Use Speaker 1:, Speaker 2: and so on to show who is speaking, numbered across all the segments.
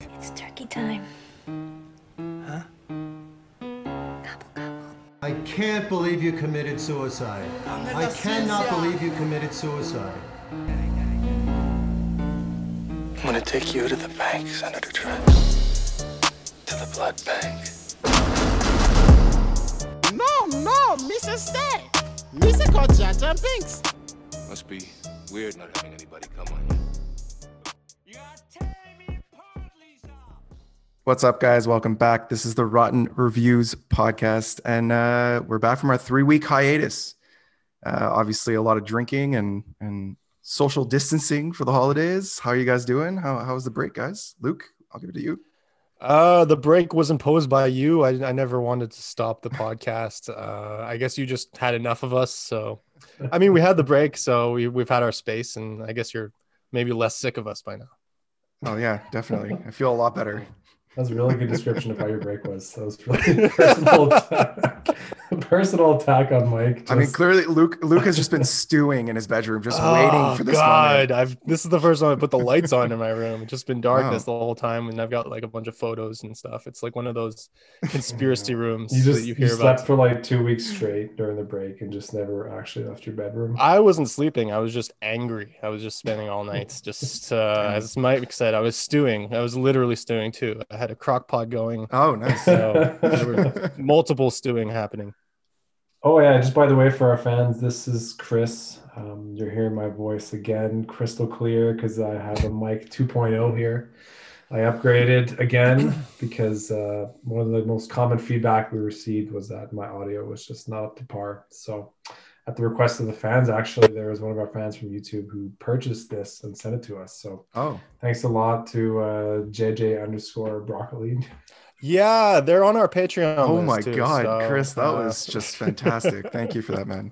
Speaker 1: It's turkey time.
Speaker 2: I can't believe you committed suicide. I cannot believe you committed suicide.
Speaker 3: I'm gonna take you to the bank, Senator Trent. To the blood bank.
Speaker 4: No, no, Mrs. Stay. Mrs. Kojata Binks.
Speaker 3: Must be weird not having anybody come on you.
Speaker 5: What's up, guys? Welcome back. This is the Rotten Reviews podcast, and uh, we're back from our three-week hiatus. Uh, obviously, a lot of drinking and and social distancing for the holidays. How are you guys doing? How how was the break, guys? Luke, I'll give it to you.
Speaker 6: Uh, the break was imposed by you. I, I never wanted to stop the podcast. Uh, I guess you just had enough of us. So, I mean, we had the break, so we, we've had our space, and I guess you're maybe less sick of us by now.
Speaker 5: Oh yeah, definitely. I feel a lot better.
Speaker 7: That was a really good description of how your break was. That was really personal attack, personal attack on Mike.
Speaker 5: I mean,
Speaker 7: Just-
Speaker 5: clearly, Luke Luke has just been stewing in his bedroom, just
Speaker 6: Oh,
Speaker 5: waiting for this
Speaker 6: God,
Speaker 5: moment.
Speaker 6: I've this is the first time I put the lights on in my room. It's just been darkness the whole time, and I've got like a bunch of photos and stuff. It's like one of those conspiracy rooms
Speaker 7: you just
Speaker 6: that you
Speaker 7: you,
Speaker 6: hear about.
Speaker 7: slept for like two weeks straight during the break and just never actually left your bedroom.
Speaker 6: I wasn't sleeping. I was just angry. I was just spending all nights just uh, as Mike said. I was stewing. I was literally stewing too. I had a crock pot going.
Speaker 5: Oh, nice.
Speaker 6: So there were multiple stewing happening.
Speaker 7: Oh yeah, just by the way, for our fans, this is Chris. Um, you're hearing my voice again, crystal clear, because I have a mic 2.0 here. I upgraded again because uh, one of the most common feedback we received was that my audio was just not up to par. So, at the request of the fans, actually, there was one of our fans from YouTube who purchased this and sent it to us. So,
Speaker 5: Oh,
Speaker 7: thanks a lot to uh, JJ underscore broccoli.
Speaker 6: Yeah, they're on our Patreon.
Speaker 5: oh
Speaker 6: list,
Speaker 5: my
Speaker 6: too,
Speaker 5: God,
Speaker 6: so,
Speaker 5: Chris, that
Speaker 6: uh,
Speaker 5: was just fantastic. Thank you for that, man.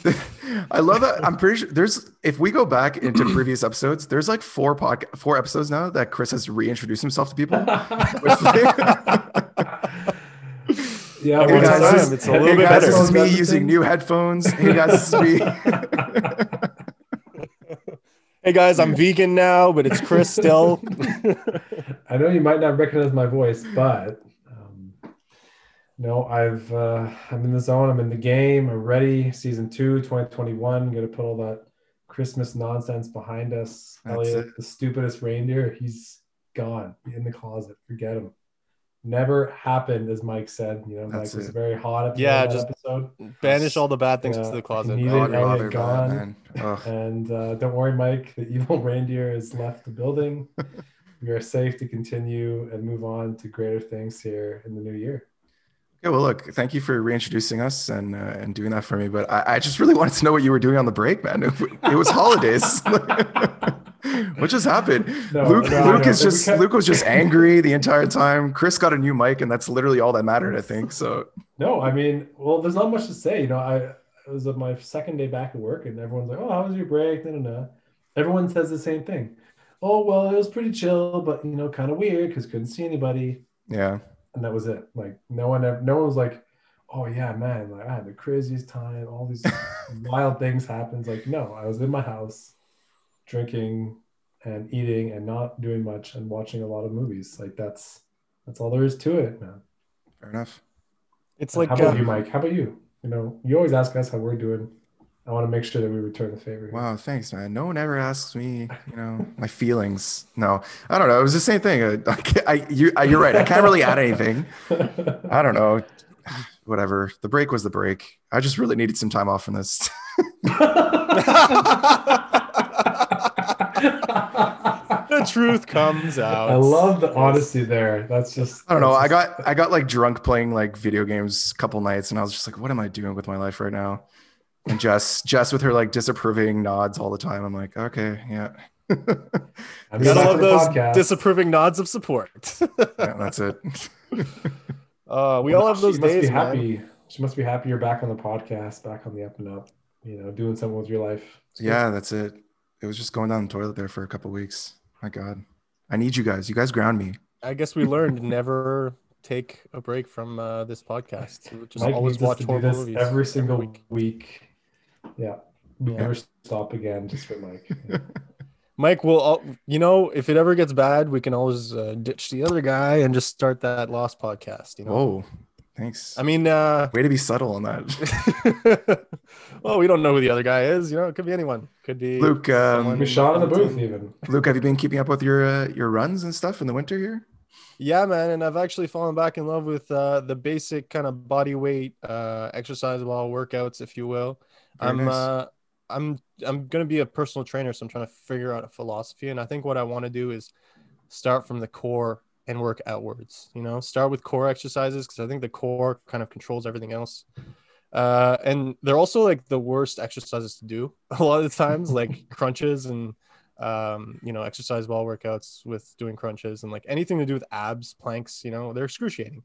Speaker 5: I love that. I'm pretty sure there's if we go back into previous episodes, there's like four podcast four episodes now that Chris has reintroduced himself to people. Which-
Speaker 7: Yeah,
Speaker 6: Every
Speaker 7: well,
Speaker 6: time
Speaker 7: that's-
Speaker 6: it's a little
Speaker 5: hey
Speaker 6: bit
Speaker 5: guys,
Speaker 6: better.
Speaker 5: this is me
Speaker 7: Everything.
Speaker 5: using new headphones. Hey guys, this is me. Oh,
Speaker 6: Hey guys, I'm vegan now, but it's Chris still.
Speaker 7: I know you might not recognize my voice, but um, no, I've uh, I'm in the zone. I'm in the game. I'm ready. Season two, 2021. I'm gonna put all that Christmas nonsense behind us.
Speaker 5: That's
Speaker 7: Elliot, the stupidest reindeer, he's gone in the closet. Forget him. Never happened, as Mike said. You know,
Speaker 5: That's
Speaker 7: Mike was
Speaker 5: it.
Speaker 7: very hot at the
Speaker 6: Yeah,
Speaker 7: end of that
Speaker 6: just-
Speaker 7: episode.
Speaker 6: Banish all the bad things
Speaker 7: Yeah,
Speaker 6: to the closet.
Speaker 7: you
Speaker 5: God,
Speaker 7: didn't have
Speaker 5: Robert,
Speaker 7: it gone.
Speaker 5: man. Ugh.
Speaker 7: And uh, don't worry, Mike, the evil reindeer has left the building. we are safe to continue and move on to greater things here in the new year.
Speaker 5: Yeah, well, look, thank you for reintroducing us and uh, and doing that for me. But I, I just really wanted to know what you were doing on the break, man. It, it was holidays. what just happened?
Speaker 7: No,
Speaker 5: Luke,
Speaker 7: no,
Speaker 5: Luke
Speaker 7: no,
Speaker 5: is
Speaker 7: we
Speaker 5: just
Speaker 7: can't-
Speaker 5: Luke was just angry the entire time. Chris got a new mic, and that's literally all that mattered, I think. So
Speaker 7: No, I mean, well, there's not much to say. You know, I it was my second day back at work, and everyone's like, "Oh, how was your break?" No, no, no. Everyone says the same thing. Oh, well, it was pretty chill, but you know, kind of weird because couldn't see anybody.
Speaker 5: yeah,
Speaker 7: and that was it. Like no one, ever, no one was like, "Oh yeah, man, like I had the craziest time. All these wild things happened." Like no, I was in my house, drinking and eating and not doing much and watching a lot of movies. Like that's that's all there is to it, man.
Speaker 5: fair enough.
Speaker 6: It's like
Speaker 7: how about
Speaker 6: uh,
Speaker 7: you, Mike? How about you? You know, you always ask us how we're doing. I want to make sure that we return the favor.
Speaker 5: Wow, thanks, man. No one ever asks me, you know, my feelings. No, I don't know. It was the same thing. I, I, can't- I you, I, you're right. I can't really add anything. I don't know. Whatever. The break was the break. I just really needed some time off from this.
Speaker 6: the truth comes out.
Speaker 7: I love the honesty there. That's just
Speaker 5: I don't know.
Speaker 7: that's
Speaker 5: I
Speaker 7: just-
Speaker 5: got I got like drunk playing like video games a couple nights, and I was just like, "What am I doing with my life right now?" And Jess, Jess with her like disapproving nods all the time. I'm like, "Okay, yeah,
Speaker 7: I'm
Speaker 6: Gotta
Speaker 7: back
Speaker 6: love
Speaker 7: to the
Speaker 6: those
Speaker 7: podcast.
Speaker 6: disapproving nods of support.
Speaker 5: yeah that's it."
Speaker 6: Uh, we all have those
Speaker 7: she must
Speaker 6: days.
Speaker 7: Be
Speaker 6: man.
Speaker 7: happy. She must be happy you're back on the podcast, back on the up and up. You know, doing something with your life. It's good.
Speaker 5: yeah, that's it. It was just going down the toilet there for a couple weeks. My God, I need you guys. You guys ground me.
Speaker 6: I guess we learned never take a break from uh, this podcast. We Just
Speaker 7: Mike
Speaker 6: always
Speaker 7: needs us
Speaker 6: watch
Speaker 7: to do
Speaker 6: horrible
Speaker 7: this
Speaker 6: movies
Speaker 7: every single week.
Speaker 6: week.
Speaker 7: Yeah, we
Speaker 6: Yeah.
Speaker 7: never stop again just for Mike. Yeah.
Speaker 6: Mike will, al- you know, if it ever gets bad, we can always uh, ditch the other guy and just start that lost podcast. You know,
Speaker 7: Oh.
Speaker 5: Whoa, thanks.
Speaker 6: I mean, uh,
Speaker 5: Way to be subtle on that.
Speaker 6: well, we don't know who the other guy is. You know, it could be anyone. Could be
Speaker 5: Luke, um,
Speaker 6: Someone-
Speaker 7: We shot in the booth even.
Speaker 5: Luke, have you been keeping up with your uh, your runs and stuff in the winter here?
Speaker 6: Yeah, man, and I've actually fallen back in love with uh, the basic kind of body weight uh, exercise while workouts, if you will.
Speaker 5: Very
Speaker 6: I'm
Speaker 5: nice.
Speaker 6: uh, I'm I'm gonna be a personal trainer, so I'm trying to figure out a philosophy, and I think what I want to do is start from the core and work outwards. You know, start with core exercises because I think the core kind of controls everything else. Uh, and they're also like the worst exercises to do a lot of the times, like crunches and um, you know, exercise ball workouts with doing crunches and like anything to do with abs, planks, you know, they're excruciating.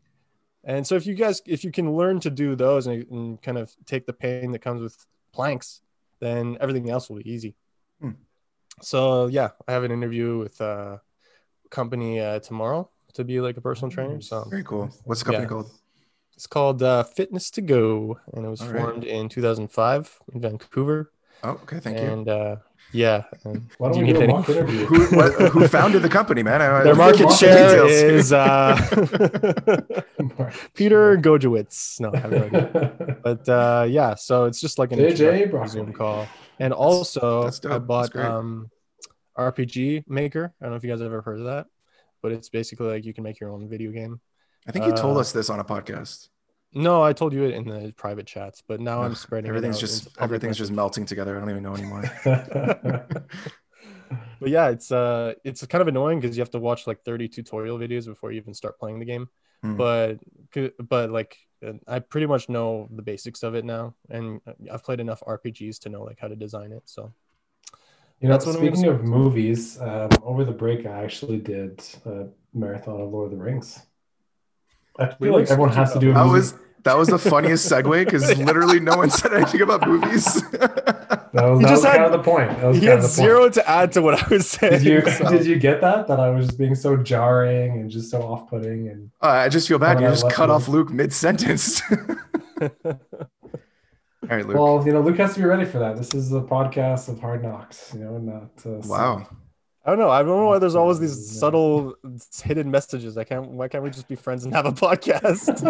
Speaker 6: And so if you guys, if you can learn to do those and, and kind of take the pain that comes with planks, then everything else will be easy.
Speaker 5: Hmm.
Speaker 6: So yeah, I have an interview with uh, company uh, tomorrow to be like a personal trainer. So
Speaker 5: Very cool. What's the company
Speaker 6: Yeah.
Speaker 5: called?
Speaker 6: it's called uh, Fitness to Go, and it was
Speaker 5: All right.
Speaker 6: formed in 2005 in Vancouver.
Speaker 5: Oh, okay, thank you.
Speaker 6: and uh, yeah, and
Speaker 7: Why
Speaker 6: Do
Speaker 7: don't
Speaker 6: you
Speaker 7: we do
Speaker 6: need any-
Speaker 7: a mock interview?
Speaker 5: Who what, who founded the company, man? I- I-
Speaker 6: their market
Speaker 7: market
Speaker 6: share
Speaker 5: details.
Speaker 6: is uh, Peter Gojewitz. No, I have no idea. But uh, yeah, so it's just like an
Speaker 7: JJ
Speaker 6: introductory
Speaker 7: Broccoli.
Speaker 6: Zoom call. And also,
Speaker 5: that's dope.
Speaker 6: I
Speaker 5: That's
Speaker 6: bought
Speaker 5: great.
Speaker 6: um, RPG Maker. I don't know if you guys have ever heard of that, but it's basically like you can make your own video game.
Speaker 5: I think you told
Speaker 6: uh,
Speaker 5: us this on a podcast.
Speaker 6: No, I told you it in the private chats, but now I'm
Speaker 5: Ugh,
Speaker 6: spreading. it
Speaker 5: Everything's
Speaker 6: out
Speaker 5: just
Speaker 6: into public
Speaker 5: everything's just
Speaker 6: message.
Speaker 5: melting together. I don't even know anymore.
Speaker 6: But yeah, it's uh, it's kind of annoying because you have to watch like 30 tutorial videos before you even start playing the game.
Speaker 5: Hmm.
Speaker 6: But but like I pretty much know the basics of it now, and I've played enough RPGs to know like how to design it. So
Speaker 7: You know,
Speaker 6: That's what I'm gonna
Speaker 7: speaking of movies, um, over the break I actually did a marathon of Lord of the Rings. I feel
Speaker 6: We were
Speaker 7: like everyone has to do a
Speaker 5: that
Speaker 7: movie.
Speaker 5: was that was the funniest segue because
Speaker 6: Yeah.
Speaker 5: literally no one said anything about movies.
Speaker 7: that was,
Speaker 6: He just
Speaker 7: that was
Speaker 6: had-
Speaker 7: kind of the point. That was
Speaker 6: he had
Speaker 7: kind of the point.
Speaker 6: zero to add to what I was saying.
Speaker 7: Did you
Speaker 6: so-
Speaker 7: did you get that? That I was just being so jarring and just so off putting and
Speaker 5: Uh, I just feel bad.
Speaker 7: Oh,
Speaker 5: You
Speaker 7: I
Speaker 5: just
Speaker 7: love
Speaker 5: cut
Speaker 7: you.
Speaker 5: off Luke mid sentence. All right, Luke.
Speaker 7: well, you know, Luke has to be ready for that. This is a podcast of hard knocks, you know, not uh,
Speaker 5: wow.
Speaker 6: I don't know. I don't know why there's always these
Speaker 7: Yeah.
Speaker 6: subtle hidden messages. I can't. Why can't we just be friends and have a podcast?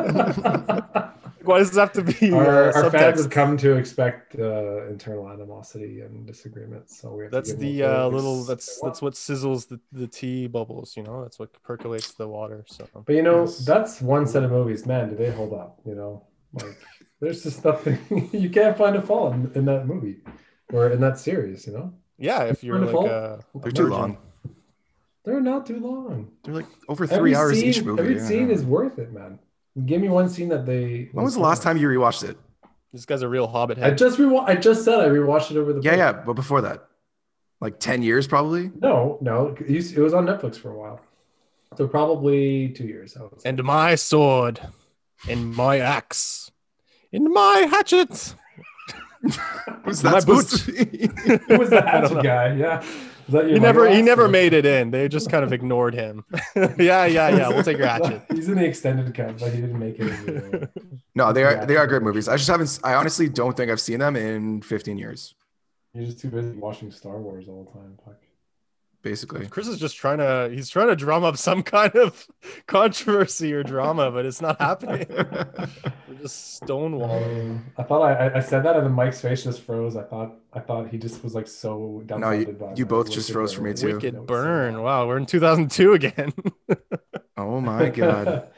Speaker 6: why does this have to be
Speaker 7: our,
Speaker 6: uh,
Speaker 7: our fans have
Speaker 6: subtext?
Speaker 7: come to expect uh, internal animosity and disagreement. So we have to
Speaker 6: That's
Speaker 7: give them
Speaker 6: the
Speaker 7: what
Speaker 6: uh,
Speaker 7: they-
Speaker 6: little. That's that's what sizzles the, the tea bubbles. You know, that's what percolates the water. So
Speaker 7: But you know,
Speaker 5: Yes.
Speaker 7: that's one set of movies. Man, do they hold up? You know, like there's just nothing you can't find a fault in, in that movie or in that series. You know,
Speaker 6: yeah, if you're
Speaker 7: Wonderful.
Speaker 6: like uh, a
Speaker 5: They're too
Speaker 6: virgin-
Speaker 5: long.
Speaker 7: they're not too long.
Speaker 5: They're like over three
Speaker 7: Every
Speaker 5: hours each
Speaker 7: scene-
Speaker 5: movie.
Speaker 7: Every
Speaker 5: Yeah.
Speaker 7: scene is worth it, man. Give me one scene that they.
Speaker 5: When was the last time you rewatched it?
Speaker 6: This guy's a real hobbit
Speaker 7: I
Speaker 6: head.
Speaker 7: just rewa- I just said I rewatched it over the.
Speaker 5: Yeah,
Speaker 7: break.
Speaker 5: yeah, but before that, like ten years probably.
Speaker 7: No, no, you s- it was on Netflix for a while, so probably two years. I would say.
Speaker 6: and my sword, and my axe, and my hatchet.
Speaker 5: Was
Speaker 6: My
Speaker 5: that supposed to be?
Speaker 7: Who was the hatchet
Speaker 6: know.
Speaker 7: guy? Yeah, Was that
Speaker 6: He
Speaker 7: your
Speaker 6: never he
Speaker 7: mother-in-law?
Speaker 6: never made it in. They just kind of ignored him. yeah, yeah, yeah. We'll take your hatchet.
Speaker 7: He's in the extended cut, but he didn't make it. In the,
Speaker 5: No, they
Speaker 7: Yeah.
Speaker 5: are they are great movies. I just haven't. I honestly don't think I've seen them in 15 years.
Speaker 7: you're just too busy watching Star Wars all the time. Fuck.
Speaker 5: Basically,
Speaker 6: Chris is just trying to he's trying to drum up some kind of controversy or drama, but it's not happening. We're just stonewalling.
Speaker 7: Um, I thought I, I- I said that, and then Mike's face just froze. I thought I thought he just was like so
Speaker 5: No, you-
Speaker 7: dumbfounded by
Speaker 5: you
Speaker 7: my
Speaker 5: both just
Speaker 7: wicked
Speaker 5: froze for me,
Speaker 7: burn.
Speaker 5: too.
Speaker 6: Wicked burn. Wow, we're in 2002 again.
Speaker 5: oh my god.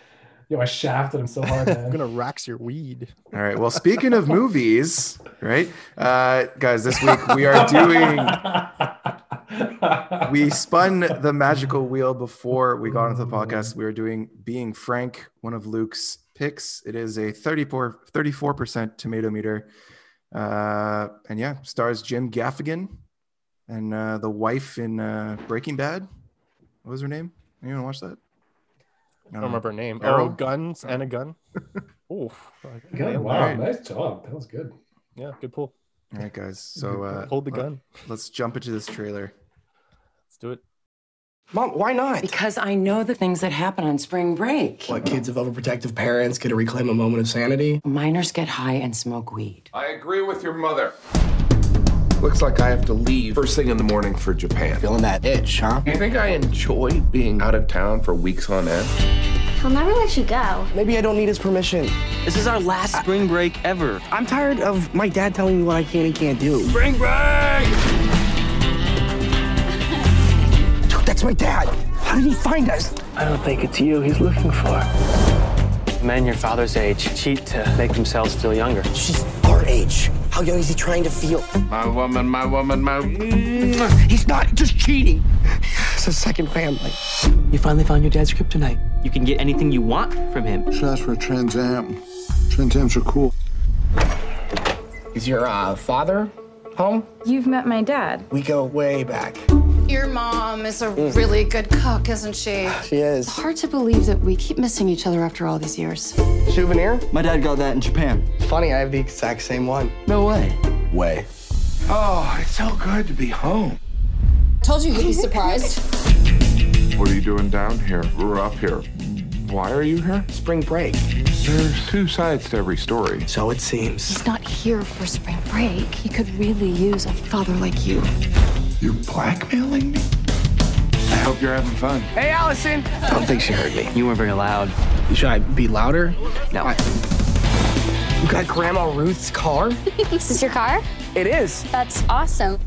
Speaker 7: Yo, I shafted him so hard,
Speaker 6: I'm
Speaker 7: man.
Speaker 6: gonna rax your weed.
Speaker 5: All right. Well, speaking of movies, right, uh, guys, this week we are doing. we spun the magical wheel before we got into the podcast. We were doing Being Frank, one of Luke's picks. It is a 34, 34% tomato meter. Uh, and yeah, stars Jim Gaffigan and uh, the wife in uh, Breaking Bad. What was her name? Anyone watch that?
Speaker 6: I don't remember her name.
Speaker 5: Arrow?
Speaker 6: Oh, guns and a gun. Oh,
Speaker 7: Good, wow,
Speaker 5: Alright.
Speaker 7: nice job. That was good.
Speaker 6: yeah, good pull.
Speaker 5: All right, guys. So uh,
Speaker 6: Hold the gun.
Speaker 5: Let's jump into this trailer.
Speaker 6: Let's do it.
Speaker 1: Mom, why not?
Speaker 8: Because I know the things that happen on spring break.
Speaker 1: What, kids of overprotective parents get to reclaim a moment of sanity?
Speaker 8: Minors get high and smoke weed.
Speaker 9: I agree with your mother. Looks like I have to leave first thing in the morning for Japan.
Speaker 1: Feeling that itch, huh?
Speaker 9: You think I enjoy being out of town for weeks on end?
Speaker 10: He'll never let you go.
Speaker 1: Maybe I don't need his permission.
Speaker 11: This is our last spring break ever.
Speaker 1: I'm tired of my dad telling me what I can and can't do.
Speaker 9: Spring break!
Speaker 1: Dude, that's my dad. How did he find us?
Speaker 11: I don't think it's you he's looking for. Men your father's age cheat to make themselves feel younger.
Speaker 1: She's our age. How young is he trying to feel?
Speaker 9: My woman, my woman, my.
Speaker 1: He's not just cheating. It's a second family.
Speaker 11: You finally found your dad's kryptonite. You can get anything you want from him.
Speaker 12: Shots for a Trans Am. Trans Am's are cool.
Speaker 1: Is your uh, father home?
Speaker 13: You've met my dad.
Speaker 1: We go way back.
Speaker 14: Your mom is a really good cook, isn't she?
Speaker 1: She is.
Speaker 14: Hard to believe that we keep missing each other after all these years.
Speaker 1: Souvenir?
Speaker 11: My dad got that in Japan.
Speaker 1: Funny, I have the exact same one.
Speaker 11: No way.
Speaker 1: Way.
Speaker 9: Oh, it's so good to be home.
Speaker 14: Told you you'd be surprised.
Speaker 12: What are you doing down here? We're up here. Why are you here?
Speaker 1: Spring break.
Speaker 12: There's two sides to every story.
Speaker 1: So it seems.
Speaker 14: He's not here for spring break. He could really use a father like you.
Speaker 12: You're blackmailing me?
Speaker 9: I hope you're having fun.
Speaker 1: Hey, Allison! I don't think she heard me.
Speaker 11: You weren't very loud.
Speaker 1: Should I be louder?
Speaker 11: No.
Speaker 1: I- You got Grandma Ruth's car?
Speaker 10: This is your car?
Speaker 1: It is.
Speaker 10: That's awesome.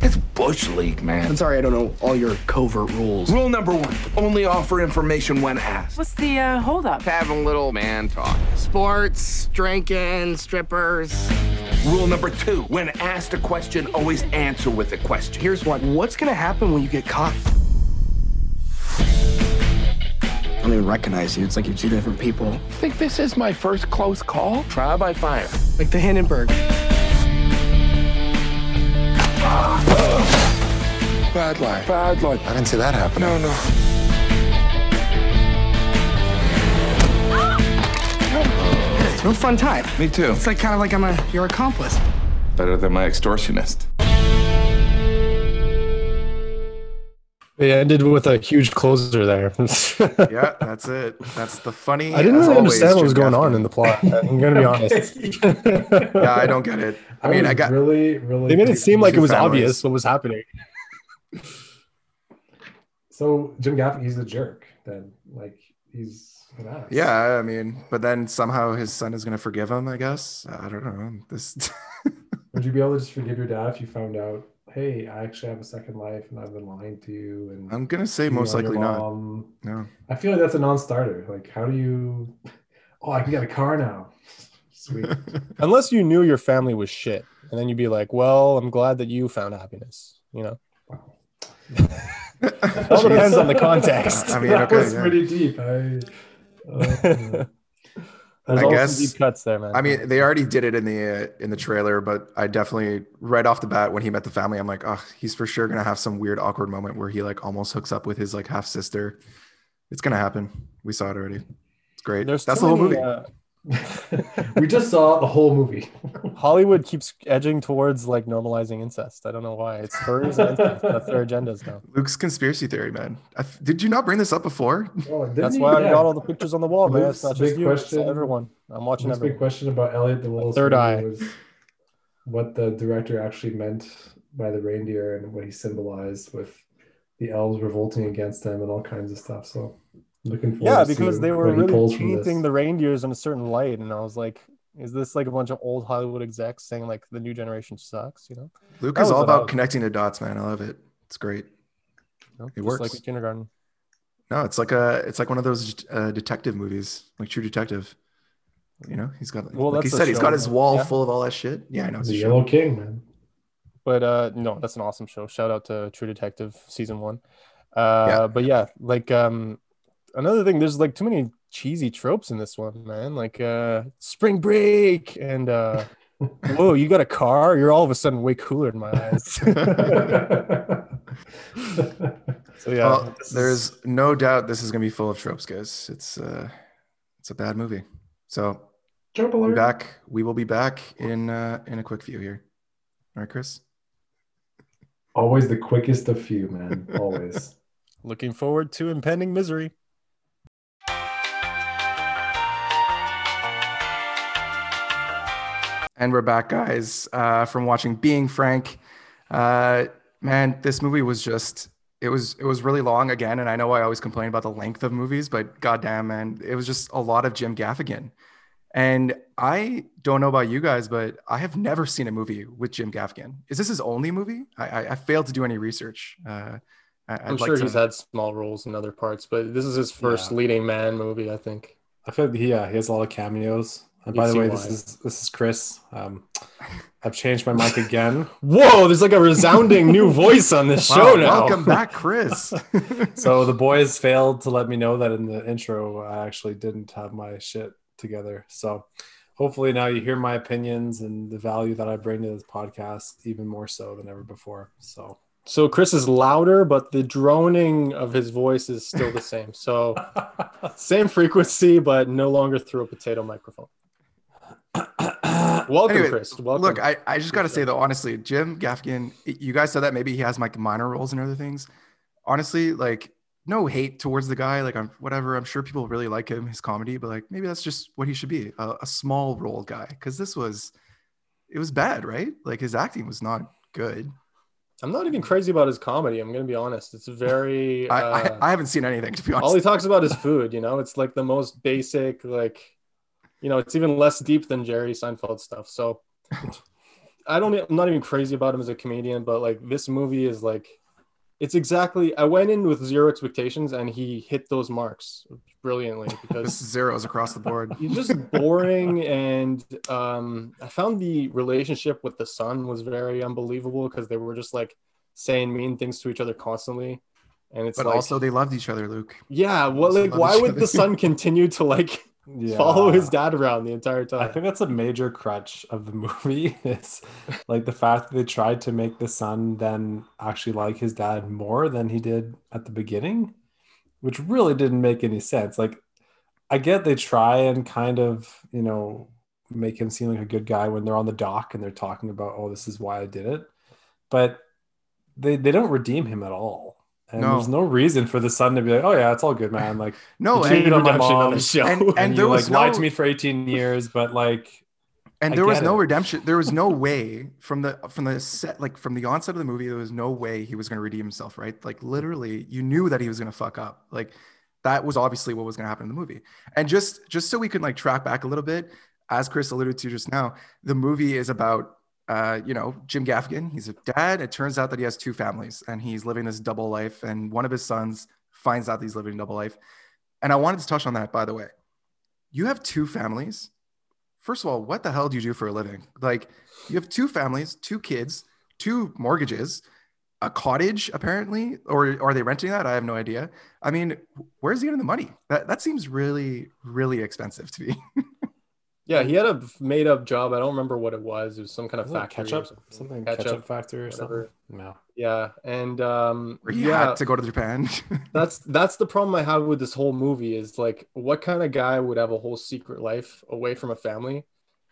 Speaker 9: It's Bush League, man.
Speaker 1: I'm sorry, I don't know all your covert rules.
Speaker 9: Rule number one only offer information when asked.
Speaker 8: What's the uh, holdup?
Speaker 9: Having little man talk.
Speaker 1: Sports, drinking, strippers.
Speaker 9: Rule number two when asked a question, always answer with a question.
Speaker 1: Here's one. What's gonna happen when you get caught? I don't even recognize you. It's like you're two different people.
Speaker 9: I think this is my first close call. Trial by fire.
Speaker 1: Like the Hindenburg.
Speaker 12: Bad lie. Bad lie. I didn't see that happen.
Speaker 9: No, no.
Speaker 1: It's no fun time.
Speaker 9: Me too.
Speaker 1: It's like kind of like I'm a your accomplice.
Speaker 9: Better than my extortionist.
Speaker 6: They ended with a huge closer there.
Speaker 5: Yeah, that's it. That's the funny.
Speaker 6: I didn't
Speaker 5: as
Speaker 6: really
Speaker 5: always,
Speaker 6: understand what was
Speaker 5: Jim
Speaker 6: going on
Speaker 5: Gaffigan.
Speaker 6: in the plot. I'm gonna be honest.
Speaker 5: Yeah, I don't get it. I mean,
Speaker 7: was
Speaker 5: I got.
Speaker 7: really, really.
Speaker 6: They made it
Speaker 7: confused.
Speaker 6: seem like it was
Speaker 5: Families.
Speaker 6: obvious what was happening.
Speaker 7: So Jim Gaffigan, he's a jerk. Then, like, he's an ass.
Speaker 5: Yeah, I mean, but then somehow his son is going to forgive him. I guess. I don't know. This.
Speaker 7: Would you be able to just forgive your dad if you found out, hey, I actually have a second life and I've been lying to you? And
Speaker 5: I'm gonna say most likely not. No.
Speaker 7: I feel like that's a non-starter. Like, how do you? Oh, I can get a car now. Sweet.
Speaker 6: Unless you knew your family was shit, and then you'd be like, "Well, I'm glad that you found happiness." You know, it all depends on the context.
Speaker 5: I mean,
Speaker 7: that
Speaker 5: okay.
Speaker 7: was
Speaker 5: yeah.
Speaker 7: pretty deep. I, uh,
Speaker 6: There's
Speaker 5: I
Speaker 6: all
Speaker 5: guess-
Speaker 6: some deep cuts there, man.
Speaker 5: I mean, they already did it in the uh, in the trailer, but I definitely right off the bat when he met the family, I'm like, oh, he's for sure gonna have some weird awkward moment where he like almost hooks up with his like half sister. It's gonna happen. We saw it already. It's great.
Speaker 6: there's
Speaker 5: That's
Speaker 6: so
Speaker 5: the whole
Speaker 6: many,
Speaker 5: movie.
Speaker 6: uh,
Speaker 7: we just saw the whole movie.
Speaker 6: Hollywood keeps edging towards like normalizing incest. I don't know why. It's furs and incest. That's their agendas now.
Speaker 5: Luke's conspiracy theory, man. I f- did you not bring this up before?
Speaker 7: Oh, didn't
Speaker 6: That's
Speaker 7: he-
Speaker 6: why I
Speaker 7: yeah.
Speaker 6: got all the pictures on the wall, man. It's not
Speaker 7: Luke's
Speaker 6: just
Speaker 7: big
Speaker 6: you. It's
Speaker 7: question-
Speaker 6: everyone. I'm watching
Speaker 7: Next big
Speaker 6: everyone.
Speaker 7: question about Elliot the Wolf.
Speaker 6: Third eye.
Speaker 7: Was what the director actually meant by the reindeer and what he symbolized with the elves revolting against them and all kinds of stuff. So looking forward.
Speaker 6: Yeah,
Speaker 7: to
Speaker 6: because
Speaker 7: seeing
Speaker 6: they were
Speaker 7: what he pulls
Speaker 6: really
Speaker 7: from this.
Speaker 6: painting the reindeers in a certain light, and I was like, "Is this like a bunch of old Hollywood execs saying like the new generation sucks?" You know,
Speaker 5: Luke
Speaker 6: That
Speaker 5: is
Speaker 6: was
Speaker 5: all
Speaker 6: what I
Speaker 5: about
Speaker 6: was-
Speaker 5: connecting the dots, man. I love it. It's great.
Speaker 6: No,
Speaker 5: It
Speaker 6: just
Speaker 5: works.
Speaker 6: like with kindergarten.
Speaker 5: No, it's like a it's like one of those uh, detective movies, like True Detective. You know, he's got
Speaker 6: Well,
Speaker 5: like he
Speaker 6: that's a
Speaker 5: said, he's
Speaker 6: show,
Speaker 5: got his wall
Speaker 6: yeah.
Speaker 5: full of all that shit. Yeah, I know. It's
Speaker 7: the
Speaker 5: a show.
Speaker 7: Yellow King, man.
Speaker 6: but uh no that's an awesome show shout out to true detective season one uh
Speaker 5: Yeah.
Speaker 6: but yeah like um another thing there's like too many cheesy tropes in this one man like uh spring break and uh whoa you got a car you're all of a sudden way cooler in my eyes so yeah
Speaker 5: well,
Speaker 6: this is-
Speaker 5: there's no doubt this is gonna be full of tropes, guys. It's uh, it's a bad movie. So
Speaker 7: Jump
Speaker 5: we'll be
Speaker 7: alert.
Speaker 5: back. We will be back in uh, in a quick view here. All right, Chris.
Speaker 7: Always the quickest of few, man. Always.
Speaker 6: looking forward to impending misery
Speaker 5: And we're back, guys, uh, from watching Being Frank. Uh, man, this movie was just. It was it was really long again, and I know I always complain about the length of movies, but goddamn, man, it was just a lot of Jim Gaffigan. And I don't know about you guys, but I have never seen a movie with Jim Gaffigan. Is this his only movie? I, I, I failed to do any research. Uh, I,
Speaker 6: I'm sure he's had small roles in other parts, but this is his first leading man movie, I think.
Speaker 7: I feel like he, yeah, he has a lot of cameos. And by
Speaker 6: You'd
Speaker 7: the
Speaker 6: see
Speaker 7: way,
Speaker 6: why.
Speaker 7: this is this is Chris. Um, I've changed my mic again.
Speaker 6: Whoa, there's like a resounding new voice on this
Speaker 7: Wow,
Speaker 6: show now.
Speaker 7: welcome
Speaker 5: back, Chris.
Speaker 7: so the boys failed to let me know that in the intro, I actually didn't have my shit together. So hopefully now you hear my opinions and the value that I bring to this podcast even more so than ever before. So
Speaker 6: So Chris is louder, but the droning of his voice is still the same. So same frequency, but no longer through a potato microphone. Welcome,
Speaker 5: Anyway,
Speaker 6: Chris. Welcome.
Speaker 5: Look, I, I just got to say though, honestly, Jim Gaffigan, you guys said that maybe he has like minor roles and other things. Honestly, like no hate towards the guy. Like I'm whatever. I'm sure people really like him, his comedy, but like maybe that's just what he should be, a, a small role guy. Because this was, it was bad, right? Like his acting was not good.
Speaker 6: I'm not even crazy about his comedy. I'm gonna be honest. It's very.
Speaker 5: I,
Speaker 6: uh,
Speaker 5: I, I haven't seen anything to be honest.
Speaker 6: all he talks about is food. You know, it's like the most basic. Like, you know, it's even less deep than Jerry Seinfeld stuff. So, I don't. e, I'm not even crazy about him as a comedian, but like this movie is like, it's exactly. I went in with zero expectations, and he hit those marks brilliantly because
Speaker 5: zeros across the board.
Speaker 6: He's just boring, and um, I found the relationship with the son was very unbelievable because they were just like saying mean things to each other constantly, and it's
Speaker 5: but
Speaker 6: like,
Speaker 5: also they loved each other, Luke.
Speaker 6: yeah, well,
Speaker 5: also
Speaker 6: like
Speaker 5: love
Speaker 6: why
Speaker 5: each
Speaker 6: would
Speaker 5: other.
Speaker 6: the son continue to like
Speaker 7: Yeah.
Speaker 6: follow his dad around the entire time?
Speaker 7: I think that's a major crutch of the movie is like the fact that they tried to make the son then actually like his dad more than he did at the beginning, which really didn't make any sense. Like I get they try and kind of, you know, make him seem like a good guy when they're on the dock and they're talking about, oh, this is why I did it. But they they don't redeem him at all. And
Speaker 5: No.
Speaker 7: there's no reason for the son to be like, oh yeah, it's all good, man. Like
Speaker 5: No,
Speaker 7: you
Speaker 5: Oh, and-
Speaker 7: cheated on my
Speaker 5: Redemption on
Speaker 7: mom,
Speaker 5: the show.
Speaker 7: and,
Speaker 5: And-
Speaker 7: and,
Speaker 5: and
Speaker 7: you
Speaker 5: there
Speaker 7: like
Speaker 5: was
Speaker 7: lied
Speaker 5: no-
Speaker 7: to me for 18 years, but like
Speaker 5: and
Speaker 7: I
Speaker 5: there was
Speaker 7: get
Speaker 5: no
Speaker 7: it.
Speaker 5: redemption there was no way from the from the set like from the onset of the movie there was no way he was going to redeem himself right like literally you knew that he was going to fuck up like that was obviously what was going to happen in the movie and just just so we can like track back a little bit as chris alluded to just now the movie is about uh, you know jim gaffigan he's a dad it turns out that he has two families and he's living this double life and one of his sons finds out that he's living a double life and i wanted to touch on that by the way you have two families first of all, what the hell do you do for a living? Like, you have two families, two kids, two mortgages, a cottage, apparently, or are they renting that? I have no idea. I mean, where's the end of the money? That, that seems really, really expensive to me.
Speaker 6: Yeah, he had a made up job. I don't remember what it was. It was some kind of
Speaker 7: Was it
Speaker 6: factory, or
Speaker 7: ketchup?
Speaker 6: something.
Speaker 7: Something ketchup factory or
Speaker 6: whatever.
Speaker 7: something? No.
Speaker 6: Yeah, and um,
Speaker 5: Where you
Speaker 6: yeah,
Speaker 5: had to go to Japan.
Speaker 6: that's that's the problem I have with this whole movie is like, what kind of guy would have a whole secret life away from a family,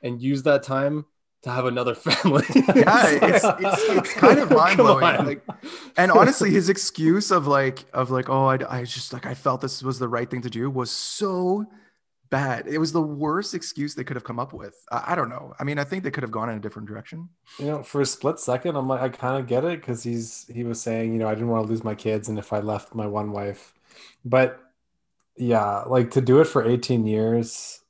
Speaker 6: and use that time to have another family?
Speaker 5: yeah, it's, it's, it's kind of
Speaker 6: Come
Speaker 5: mind blowing.
Speaker 6: on.
Speaker 5: Like, and honestly, his excuse of like of like, oh, I, I just like I felt this was the right thing to do was so bad. It was the worst excuse they could have come up with. I, I don't know. I mean, I think they could have gone in a different direction.
Speaker 7: you know for a split second i'm like i kind of get it because he's he was saying you know i didn't want to lose my kids and if i left my one wife but yeah like to do it for 18 years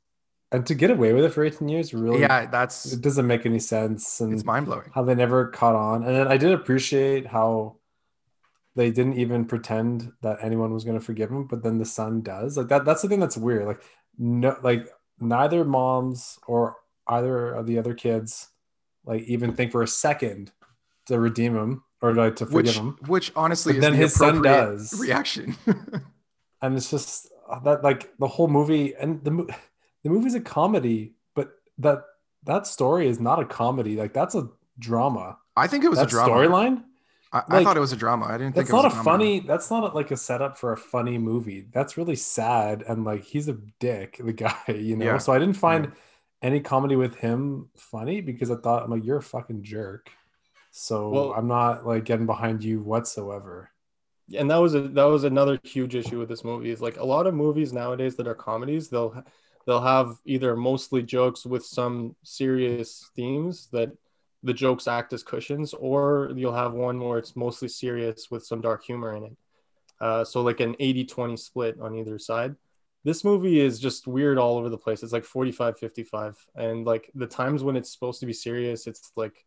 Speaker 7: and to get away with it for 18 years really
Speaker 5: Yeah, that's-
Speaker 7: it doesn't make any sense and
Speaker 5: it's mind-blowing
Speaker 7: how they never caught on and then i did appreciate how they didn't even pretend that anyone was going to forgive him but then the son does like that that's the thing that's weird like no like neither moms or either of the other kids like even think for a second to redeem him or like to forgive
Speaker 5: Which
Speaker 7: him
Speaker 5: which honestly
Speaker 7: But
Speaker 5: is
Speaker 7: then
Speaker 5: the
Speaker 7: his son
Speaker 5: appropriate
Speaker 7: does
Speaker 5: reaction.
Speaker 7: and it's just uh, that like the whole movie and the mo- the movie's a comedy but that that story is not a comedy like that's a drama
Speaker 5: I think it was a
Speaker 7: That
Speaker 5: drama.
Speaker 7: storyline
Speaker 5: I, I
Speaker 7: Like,
Speaker 5: thought it was a drama. I didn't think
Speaker 7: that's
Speaker 5: it was
Speaker 7: not a
Speaker 5: drama.
Speaker 7: funny that's not like a setup for a funny movie that's really sad and like he's a dick the guy you know
Speaker 5: Yeah.
Speaker 7: so i didn't find any comedy with him funny because i thought i'm like you're a fucking jerk so
Speaker 6: Well-
Speaker 7: i'm not like getting behind you whatsoever
Speaker 6: and that was a, that was another huge issue with this movie is like a lot of movies nowadays that are comedies they'll they'll have either mostly jokes with some serious themes that the jokes act as cushions, or you'll have one where it's mostly serious with some dark humor in it. Uh, so like an 80 20 split on either side. This movie is just weird all over the place. It's like 45 55. And like the times when it's supposed to be serious, it's like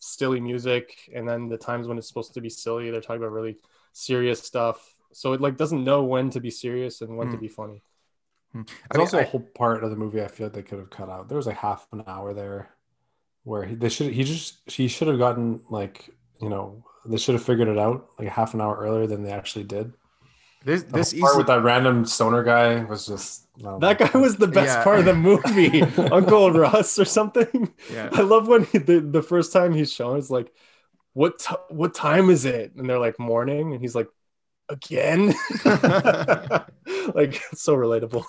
Speaker 6: silly music. And then the times when it's supposed to be silly, they're talking about really serious stuff. So it like doesn't know when to be serious and when
Speaker 7: Hmm.
Speaker 6: to be funny.
Speaker 7: There's also a whole part of the movie I feel they could have cut out. There was like half an hour there where he, they should he just he should have gotten like you know they should have figured it out like half an hour earlier than they actually did.
Speaker 5: This
Speaker 6: this
Speaker 7: part
Speaker 6: easily-
Speaker 7: with that random stoner guy was just
Speaker 6: That guy was the best part of the movie, Uncle Russ or something.
Speaker 7: Yeah.
Speaker 6: I love when he, the, the first time he's shown is like, what t- what time is it? And they're like morning, and he's like, again, like it's so relatable.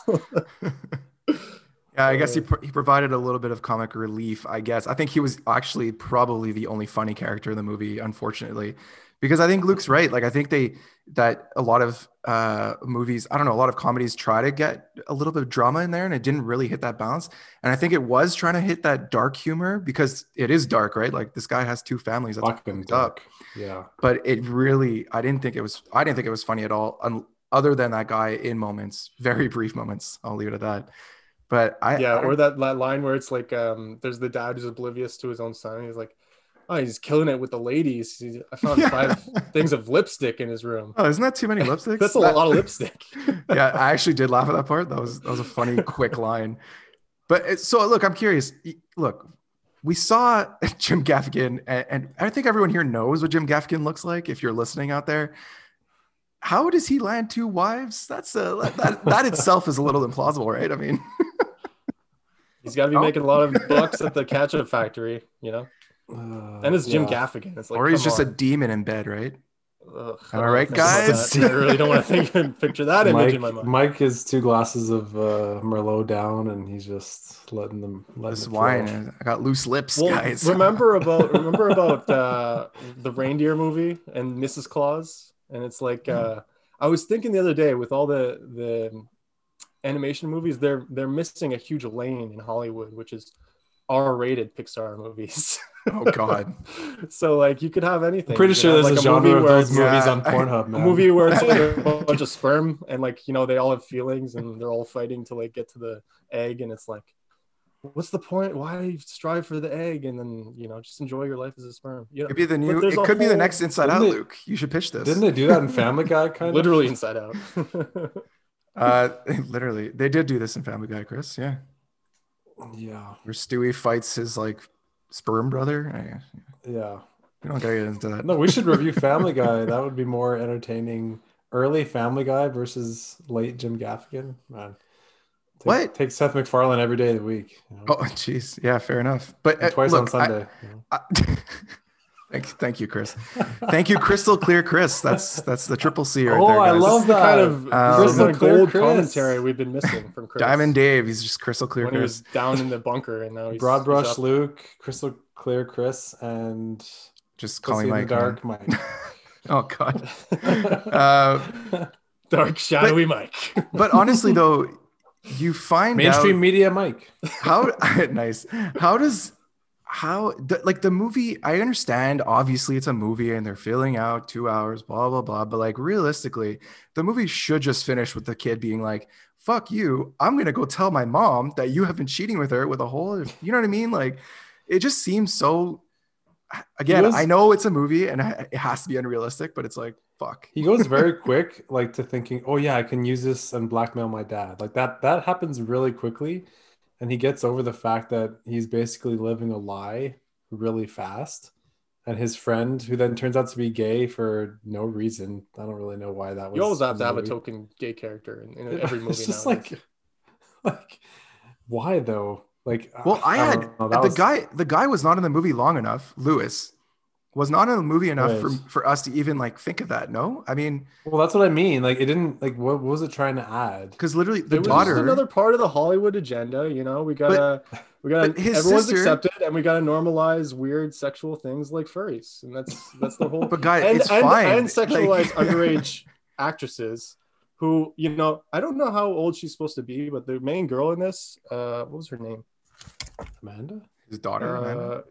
Speaker 5: Yeah, I guess he, pr- he provided a little bit of comic relief, I guess. I think he was actually probably the only funny character in the movie, unfortunately, because I think Luke's right. Like, I think they, that a lot of uh, movies, I don't know, a lot of comedies try to get a little bit of drama in there and it didn't really hit that balance. And I think it was trying to hit that dark humor because it is dark, right? Like, this guy has two families. That's
Speaker 7: fucking
Speaker 5: dark.
Speaker 7: yeah.
Speaker 5: But it really, I didn't think it was, I didn't think it was funny at all, un- other than that guy in moments, very brief moments. I'll leave it at that. But I,
Speaker 6: yeah,
Speaker 5: I
Speaker 6: or that, that line where it's like, um, there's the dad who's oblivious to his own son. and He's like, oh, he's killing it with the ladies. He's, I found five things of lipstick in his room.
Speaker 5: Oh, isn't that too many lipsticks?
Speaker 6: That's a
Speaker 5: That-
Speaker 6: lot of lipstick.
Speaker 5: yeah, I actually did laugh at that part. That was that was a funny quick line. But it, so look, I'm curious. Y- Look, we saw Jim Gaffigan, and, and I think everyone here knows what Jim Gaffigan looks like. If you're listening out there, how does he land two wives? That's a that, that itself is a little implausible, right? I mean,
Speaker 6: He's got to be making a lot of bucks at the ketchup factory, you know.
Speaker 7: Uh,
Speaker 6: and it's Jim
Speaker 5: yeah.
Speaker 6: Gaffigan. It's like,
Speaker 5: or he's
Speaker 6: come
Speaker 5: just a
Speaker 6: on.
Speaker 5: demon in bed, right?
Speaker 6: Ugh,
Speaker 5: Am I
Speaker 6: don't
Speaker 5: right,
Speaker 6: think about
Speaker 5: guys?
Speaker 6: that. I really don't want to think and picture that image
Speaker 7: Mike,
Speaker 6: in my mind.
Speaker 7: Mike is two glasses of uh, Merlot down, and he's just letting them. Letting
Speaker 5: This
Speaker 7: it
Speaker 5: wine,
Speaker 7: flow.
Speaker 5: is- I got loose lips,
Speaker 6: Well,
Speaker 5: guys.
Speaker 6: remember about remember about uh, the reindeer movie and Mrs. Claus, and it's
Speaker 7: Hmm.
Speaker 6: like uh, I was thinking the other day with all the the animation movies, they're they're missing a huge lane in Hollywood, which is R-rated Pixar movies.
Speaker 5: Oh God.
Speaker 6: so like you could have anything.
Speaker 7: pretty
Speaker 6: You could
Speaker 7: sure
Speaker 6: have,
Speaker 7: there's a genre
Speaker 6: movie
Speaker 7: of
Speaker 6: where
Speaker 7: those
Speaker 6: it's-
Speaker 7: movies on Pornhub,
Speaker 6: A
Speaker 7: man.
Speaker 6: movie where it's like a bunch of sperm and like you know they all have feelings and they're all fighting to like get to the egg and it's like what's the point? Why strive for the egg and then you know just enjoy your life as a sperm? You know,
Speaker 5: Could be the
Speaker 6: but
Speaker 5: new. It
Speaker 6: there's a
Speaker 5: could be the
Speaker 6: whole-
Speaker 5: next Inside
Speaker 6: Didn't
Speaker 5: Out,
Speaker 6: they-
Speaker 5: Luke. You should pitch this.
Speaker 7: Didn't they do that in Family Guy? Kind of
Speaker 6: Literally Inside Out.
Speaker 5: Uh, literally, they did do this in Family Guy, Chris. Yeah,
Speaker 7: Yeah,
Speaker 5: where Stewie fights his like sperm brother. I-
Speaker 7: yeah.
Speaker 5: we don't gotta get into that.
Speaker 7: No, we should review Family Guy. That would be more entertaining. Early Family Guy versus late Jim Gaffigan. Man, take,
Speaker 5: What?
Speaker 7: Take Seth MacFarlane every day of the week. you know?
Speaker 5: oh, jeez. Yeah, fair enough. But
Speaker 7: And
Speaker 5: uh,
Speaker 7: twice
Speaker 5: look,
Speaker 7: on
Speaker 5: I-
Speaker 7: Sunday. you know?
Speaker 5: thank, thank you, Chris. Thank you, Crystal Clear, Chris. That's that's the triple C right
Speaker 7: Oh,
Speaker 5: there.
Speaker 7: I
Speaker 5: guys.
Speaker 7: love
Speaker 6: the kind of
Speaker 5: Um,
Speaker 6: crystal
Speaker 7: clear
Speaker 6: gold
Speaker 7: Chris.
Speaker 6: commentary we've been missing from Chris.
Speaker 5: Diamond Dave. He's just crystal clear,
Speaker 6: when he was
Speaker 5: Chris.
Speaker 6: down in the bunker and now he's
Speaker 7: Broad
Speaker 6: he's
Speaker 7: brush
Speaker 6: up.
Speaker 7: Luke, crystal clear Chris, and
Speaker 5: Just calling
Speaker 7: Pussy in the
Speaker 5: Mike.
Speaker 7: dark
Speaker 5: man.
Speaker 7: Mike.
Speaker 5: Oh God. Uh,
Speaker 6: dark shadowy Mike.
Speaker 5: but honestly, though, you find out,
Speaker 7: Mainstream media Mike.
Speaker 5: how nice how does how the, like the movie i understand obviously it's a movie and they're filling out two hours blah blah blah but like realistically the movie should just finish with the kid being like fuck you i'm gonna go tell my mom that you have been cheating with her with a whole you know what i mean like it just seems so again
Speaker 7: was-
Speaker 5: i know it's a movie and I- it has to be unrealistic but it's like fuck
Speaker 7: He goes very quick, like to thinking, "Oh yeah, I can use this and blackmail my dad." Like that. That happens really quickly, and he gets over the fact that he's basically living a lie really fast. And his friend, who then turns out to be gay for no reason, I don't really know why that was.
Speaker 6: You always have to have a
Speaker 7: movie.
Speaker 6: token gay character in, in every movie.
Speaker 7: It's just
Speaker 6: nowadays.
Speaker 7: like, like, why though? Like,
Speaker 5: Well, I, had
Speaker 7: don't know, Oh, that
Speaker 5: the
Speaker 7: was-
Speaker 5: guy. The guy was not in the movie long enough. Lewis was not in the movie enough for,
Speaker 7: Right.
Speaker 5: for us to even like think of that. No, I mean,
Speaker 7: Well, that's what I mean. Like, it didn't. Like, what, what was it trying to add?
Speaker 5: because literally the
Speaker 6: it was
Speaker 5: daughter.
Speaker 6: just another part of the Hollywood agenda. You know, we gotta, we gotta,
Speaker 5: but his
Speaker 6: everyone's
Speaker 5: sister-
Speaker 6: accepted, and we gotta normalize weird sexual things like furries, and that's that's the whole.
Speaker 5: But guy,
Speaker 6: and,
Speaker 5: it's
Speaker 6: and,
Speaker 5: fine.
Speaker 6: and sexualize
Speaker 5: Like-
Speaker 6: underage actresses. who you know I don't know how old she's supposed to be, but the main girl in this, uh, what was her name? Amanda.
Speaker 5: His daughter,
Speaker 6: Uh,
Speaker 5: Amanda?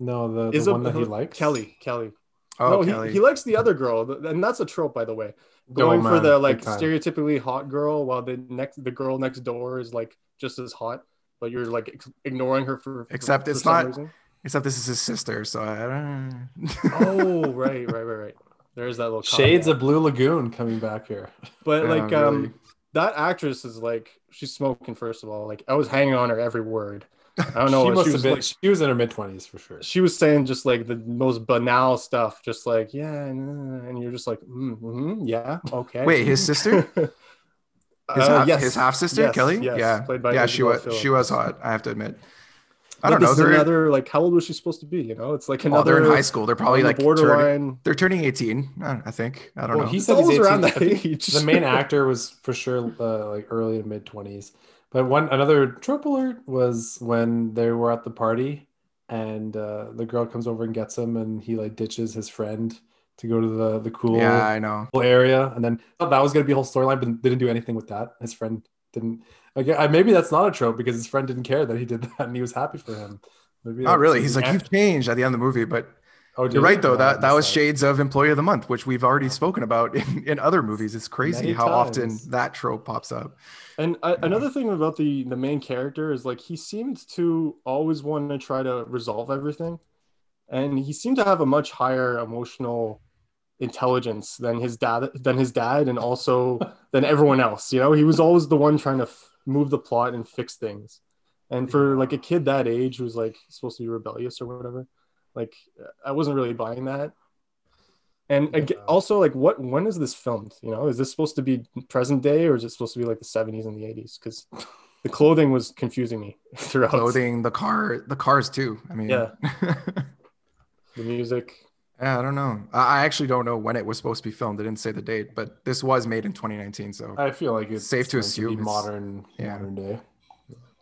Speaker 7: No, the, the
Speaker 6: Isab-
Speaker 7: one that he
Speaker 6: who-
Speaker 7: likes.
Speaker 6: Kelly. Kelly.
Speaker 7: Oh,
Speaker 6: no, he-
Speaker 7: Kelly.
Speaker 6: He, likes the other girl, th- and that's a trope, by the way. Going for
Speaker 7: Oh, man,
Speaker 6: the
Speaker 7: big
Speaker 6: like
Speaker 7: time.
Speaker 6: stereotypically hot girl, while the next the girl next door is like just as hot, but you're like ex- ignoring her for for-
Speaker 5: Except
Speaker 6: for
Speaker 5: it's
Speaker 6: some
Speaker 5: not.
Speaker 6: reason.
Speaker 5: Except this is his sister, so I don't.
Speaker 6: oh right, right, right, right. There is that little
Speaker 7: Shades
Speaker 6: caveat.
Speaker 7: of Blue Lagoon coming back here.
Speaker 6: But
Speaker 7: Yeah,
Speaker 6: like um
Speaker 7: really.
Speaker 6: that actress is like she's smoking first of all. Like I was hanging on her every word. I don't know.
Speaker 7: She must
Speaker 6: Oh, was,
Speaker 7: have been.
Speaker 6: like-
Speaker 7: she was in her mid twenties for sure.
Speaker 6: she was saying just like the most banal stuff, just like yeah, and, uh," and you're just like mm, mhm, yeah, okay.
Speaker 5: Wait, his sister? His,
Speaker 6: Uh, yes.
Speaker 5: half sister,
Speaker 6: Yes,
Speaker 5: Kelly.
Speaker 6: yes,
Speaker 5: yeah,
Speaker 6: played by
Speaker 5: yeah. She
Speaker 6: Isabel
Speaker 5: was
Speaker 6: Phillips.
Speaker 5: she was hot. I have to admit. I
Speaker 6: But
Speaker 5: don't
Speaker 6: this
Speaker 5: know.
Speaker 6: is
Speaker 5: They're in-
Speaker 6: another like how old was she supposed to be? You know, it's like
Speaker 5: well,
Speaker 6: another.
Speaker 5: they're in high school. They're probably
Speaker 6: on the
Speaker 5: like
Speaker 6: borderline.
Speaker 5: Turning, they're turning eighteen. I I think. I don't
Speaker 7: Well,
Speaker 5: know.
Speaker 7: he said he's
Speaker 6: always around
Speaker 7: 18.
Speaker 6: that
Speaker 7: I think
Speaker 6: age.
Speaker 7: The main actor was for sure uh, like early to mid twenties. But one another trope alert was when they were at the party and uh, the girl comes over and gets him, and he like ditches his friend to go to the the cool
Speaker 5: Yeah, I know.
Speaker 7: cool area, and then thought that was gonna be a whole storyline, but didn't do anything with that. His friend didn't. Like, I- maybe that's not a trope because his friend didn't care that he did that, and he was happy for him. Maybe
Speaker 5: Not
Speaker 7: that's-
Speaker 5: really. He's like
Speaker 7: Yeah.
Speaker 5: you've changed at the end of the movie, but.
Speaker 7: Oh,
Speaker 5: You're
Speaker 7: did
Speaker 5: right
Speaker 7: he?
Speaker 5: though.
Speaker 7: No, I
Speaker 5: That that
Speaker 7: missed
Speaker 5: was Shades of Employee of the Month, which we've already spoken about in, in other movies. It's crazy
Speaker 7: Many
Speaker 5: how
Speaker 7: times.
Speaker 5: often that trope pops up.
Speaker 6: And I, another thing about the the main character is like he seemed to always want to try to resolve everything, and he seemed to have a much higher emotional intelligence than his dad than his dad and also than everyone else. You know, he was always the one trying to f- move the plot and fix things. And for like a kid that age who's like supposed to be rebellious or whatever, like I wasn't really buying that. And ag- also, like, what when is this filmed? You know, is this supposed to be present day or is it supposed to be like the 70s and the 80s? Because the clothing was confusing me throughout.
Speaker 5: Clothing, the car, the cars too. I mean,
Speaker 6: Yeah. the music.
Speaker 5: Yeah, I don't know. I I actually don't know when it was supposed to be filmed. They didn't say the date, but this was made in 2019, so
Speaker 7: I feel like it's
Speaker 5: safe to
Speaker 7: meant be
Speaker 5: assume it's-
Speaker 7: modern
Speaker 5: yeah.
Speaker 7: modern day.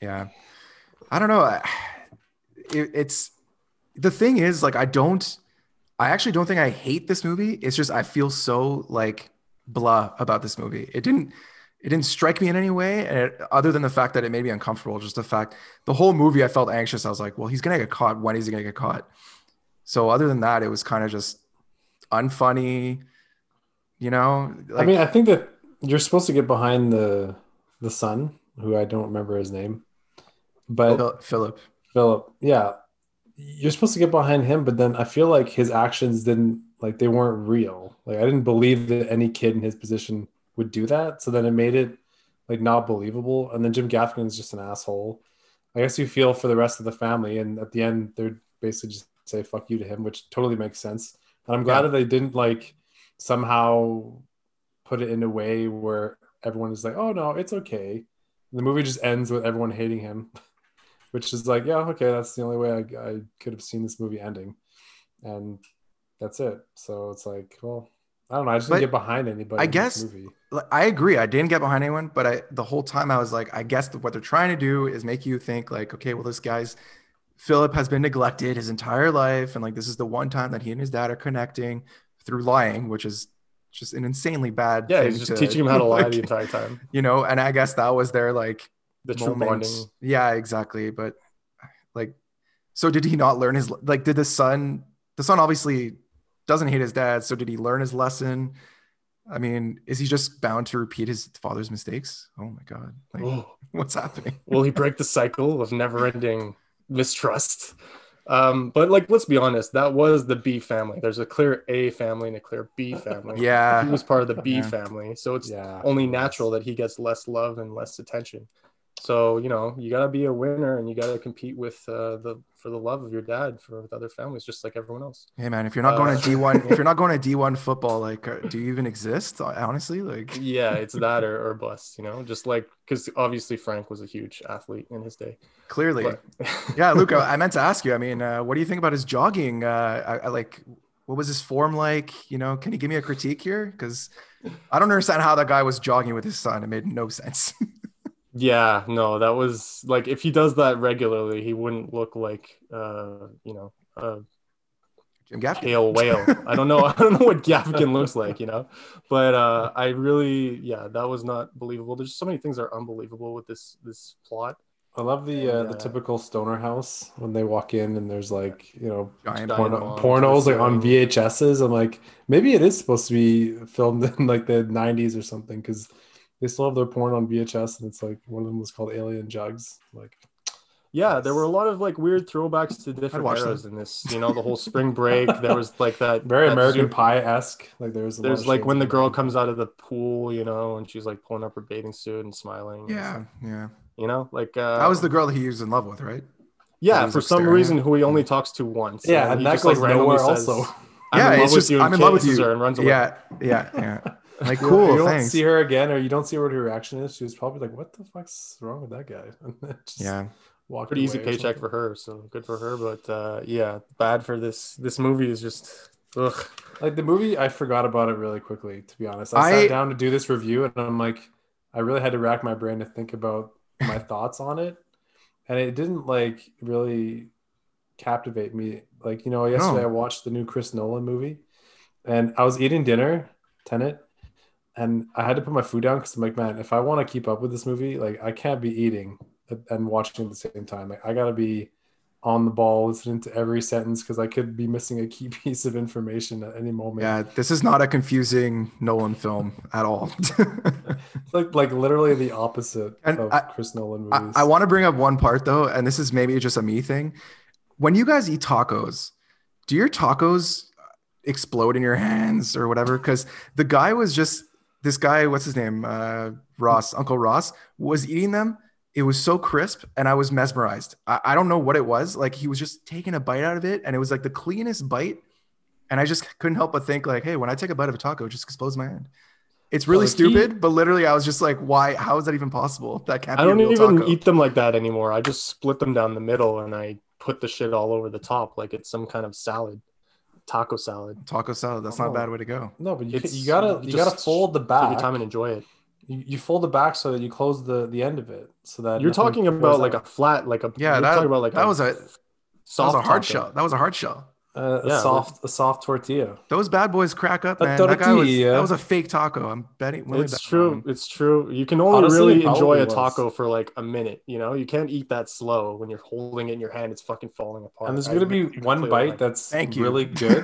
Speaker 5: Yeah, I don't know. I- It, it's the thing is like I don't. I actually don't think I hate this movie. It's just I feel so like blah about this movie. It didn't. It didn't strike me in any way, and it, other than the fact that it made me uncomfortable. Just the fact the whole movie, I felt anxious. I was like, well, he's gonna get caught. When is he gonna get caught? So other than that, it was kind of just unfunny. You know,
Speaker 7: I mean, I think that you're supposed to get behind the the son, who I don't remember his name, but
Speaker 5: Phil- Philip.
Speaker 7: Philip, yeah, you're supposed to get behind him, but then I feel like his actions didn't like they weren't real. Like I didn't believe that any kid in his position would do that. So then it made it like not believable. And then Jim Gaffigan is just an asshole. I guess you feel for the rest of the family, and at the end they're basically just say "fuck you" to him, which totally makes sense. And I'm glad that they didn't like somehow put it in a way where everyone is like, "Oh no, it's okay." The movie just ends with everyone hating him, which is like, "Yeah, okay, that's the only way I, I could have seen this movie ending," and that's it. So it's like, well, I don't know. I just
Speaker 5: But
Speaker 7: didn't get behind anybody.
Speaker 5: I
Speaker 7: in this
Speaker 5: guess like, I agree. I didn't get behind anyone, but I the whole time I was like, I guess that what they're trying to do is make you think like, okay, well, this guy's Philip has been neglected his entire life, and like this is the one time that he and his dad are connecting through lying, which is just an insanely bad.
Speaker 6: Yeah,
Speaker 5: thing
Speaker 6: he's just
Speaker 5: to-
Speaker 6: teaching him how to lie
Speaker 5: like,
Speaker 6: the entire time.
Speaker 5: You know, and I guess that was their like
Speaker 6: The true
Speaker 5: moment.
Speaker 6: bonding.
Speaker 5: Yeah, exactly. But like, so did he not learn his like? Did the son? The son obviously doesn't hate his dad. So did he learn his lesson? I mean, is he just bound to repeat his father's mistakes? Oh my god! Like, what's happening?
Speaker 6: Will he break the cycle of never ending mistrust? Um, but like, let's be honest, that was the B family. There's a clear A family and a clear B family.
Speaker 5: Yeah.
Speaker 6: He was part of the B
Speaker 5: Yeah.
Speaker 6: family. So it's
Speaker 7: Yeah.
Speaker 6: only natural that he gets less love and less attention. So, you know, you gotta be a winner and you gotta compete with uh, the, for the love of your dad, for with other families, just like everyone else.
Speaker 5: Hey man, if you're not
Speaker 6: Uh,
Speaker 5: going to D one, if you're not going to D one football, like, uh, do you even exist? Honestly, like,
Speaker 6: yeah, it's that or, or bust, you know, just like, cause obviously Frank was a huge athlete in his day.
Speaker 5: Clearly,
Speaker 6: But-
Speaker 5: yeah, Luca. I meant to ask you. I mean, uh, what do you think about his jogging? Uh, I, I like, what was his form like? You know, can you give me a critique here? Because I don't understand how that guy was jogging with his son. It made no sense.
Speaker 6: Yeah, no, that was like if he does that regularly, he wouldn't look like uh, you know, a
Speaker 5: Jim Gaffigan.
Speaker 6: pale whale. I don't know. I don't know what Gaffigan looks like, you know. But uh, I really, yeah, that was not believable. There's so many things that are unbelievable with this this plot.
Speaker 7: I love the uh, the typical stoner house when they walk in and there's like you know
Speaker 6: Giant
Speaker 7: porno-
Speaker 6: moms.
Speaker 7: pornos like on VHSs. I'm like maybe it is supposed to be filmed in like the 90s or something because they still have their porn on VHS and it's like one of them was called Alien Jugs. Like
Speaker 6: Yeah, there were a lot of like weird throwbacks to different
Speaker 7: watch
Speaker 6: eras
Speaker 7: that.
Speaker 6: in this. You know, the whole spring break. There was like that
Speaker 7: very
Speaker 6: that
Speaker 7: American
Speaker 6: super-
Speaker 7: Pie esque. Like there was a lot
Speaker 6: There's
Speaker 7: of
Speaker 6: like
Speaker 7: shades
Speaker 6: when the
Speaker 7: of-
Speaker 6: girl comes out of the pool, you know, and she's like pulling up her bathing suit and smiling.
Speaker 5: Yeah, yeah.
Speaker 6: You know, like uh,
Speaker 5: that was the girl that he was in love with, right? That he
Speaker 6: yeah
Speaker 5: was,
Speaker 6: for
Speaker 5: like,
Speaker 6: some
Speaker 5: staring
Speaker 6: reason who he only talks to once.
Speaker 5: Yeah, and
Speaker 6: he
Speaker 5: that
Speaker 6: just, like,
Speaker 5: goes
Speaker 6: randomly
Speaker 5: nowhere
Speaker 6: says,
Speaker 5: also.
Speaker 6: I'm
Speaker 5: yeah,
Speaker 6: in love
Speaker 5: it's
Speaker 6: with
Speaker 5: just
Speaker 6: you," and
Speaker 5: I'm in love with
Speaker 6: kisses
Speaker 5: you.
Speaker 6: her and runs away.
Speaker 5: Yeah, yeah, yeah. Like
Speaker 7: You-
Speaker 5: cool,
Speaker 7: You don't
Speaker 5: thanks.
Speaker 7: see her again, or you don't see what her reaction is. She was probably like, "What the fuck's wrong with that guy?" And then just
Speaker 5: Yeah.
Speaker 7: walked
Speaker 6: pretty easy
Speaker 7: away or
Speaker 6: paycheck for her, so good for her. But uh, yeah, bad for this. This movie is just ugh.
Speaker 7: Like the movie, I forgot about it really quickly, to be honest. I,
Speaker 6: I-
Speaker 7: sat down to do this review and I'm like, I really had to rack my brain to think about my thoughts on it. And it didn't like really captivate me. Like, you know, yesterday I watched the new Chris Nolan movie and I was eating dinner, Tenet, and I had to put my food down because I'm like, man, if I want to keep up with this movie, like I can't be eating and watching at the same time. Like I gotta be on the ball, listening to every sentence because I could be missing a key piece of information at any moment.
Speaker 5: Yeah, this is not a confusing Nolan film at all.
Speaker 7: It's like like literally the opposite of Chris Nolan
Speaker 5: I,
Speaker 7: movies.
Speaker 5: I want to bring up one part though, and this is maybe just a me thing. When you guys eat tacos, do your tacos explode in your hands or whatever? Because the guy was just this guy, what's his name? Uh, Ross, Uncle Ross, was eating them. It was so crisp, and I was mesmerized. I, I don't know what it was. Like he was just taking a bite out of it, and it was like the cleanest bite. And I just couldn't help but think, like, hey, when I take a bite of a taco, it just explodes my hand. It's really
Speaker 6: Well, he-
Speaker 5: stupid, but literally, I was just like, why? How is that even possible? That can't. Be
Speaker 6: I don't
Speaker 5: a real
Speaker 6: even
Speaker 5: taco.
Speaker 6: eat them like that anymore. I just split them down the middle and I put the shit all over the top like it's some kind of salad, taco salad.
Speaker 5: Taco salad. That's not a
Speaker 6: Oh.
Speaker 5: bad way to go.
Speaker 7: No, but you, ca-
Speaker 6: It's-
Speaker 7: you gotta
Speaker 6: you
Speaker 7: you gotta
Speaker 6: just
Speaker 7: fold the
Speaker 6: Take
Speaker 7: back.
Speaker 5: Ah.
Speaker 6: your time and enjoy it.
Speaker 7: you, you fold the back so that you close the the end of it. So that
Speaker 6: You're
Speaker 7: nothing
Speaker 6: talking
Speaker 7: goes
Speaker 6: about
Speaker 7: out.
Speaker 6: like a flat, like a
Speaker 7: Yeah,
Speaker 6: You're
Speaker 7: that-
Speaker 6: talking about like
Speaker 7: that
Speaker 6: a
Speaker 7: was a-
Speaker 6: soft taco.
Speaker 5: That was a hard shell.
Speaker 7: Uh,
Speaker 6: Yeah,
Speaker 7: a soft a soft tortilla.
Speaker 5: Those bad boys crack up,
Speaker 7: A
Speaker 5: man. That guy was,
Speaker 7: tortilla.
Speaker 5: that was a fake taco. I'm betting. willing to
Speaker 6: It's
Speaker 5: bet.
Speaker 6: true. It's true. You can only
Speaker 5: Honestly,
Speaker 6: really
Speaker 5: it probably
Speaker 6: enjoy a
Speaker 5: was.
Speaker 6: taco for like a minute. You know, you can't eat that slow when you're holding it in your hand. It's fucking falling apart.
Speaker 7: And there's
Speaker 6: I
Speaker 7: gonna
Speaker 6: admit
Speaker 7: be
Speaker 6: you
Speaker 7: one
Speaker 6: completely
Speaker 7: bite
Speaker 6: like-
Speaker 7: that's really good.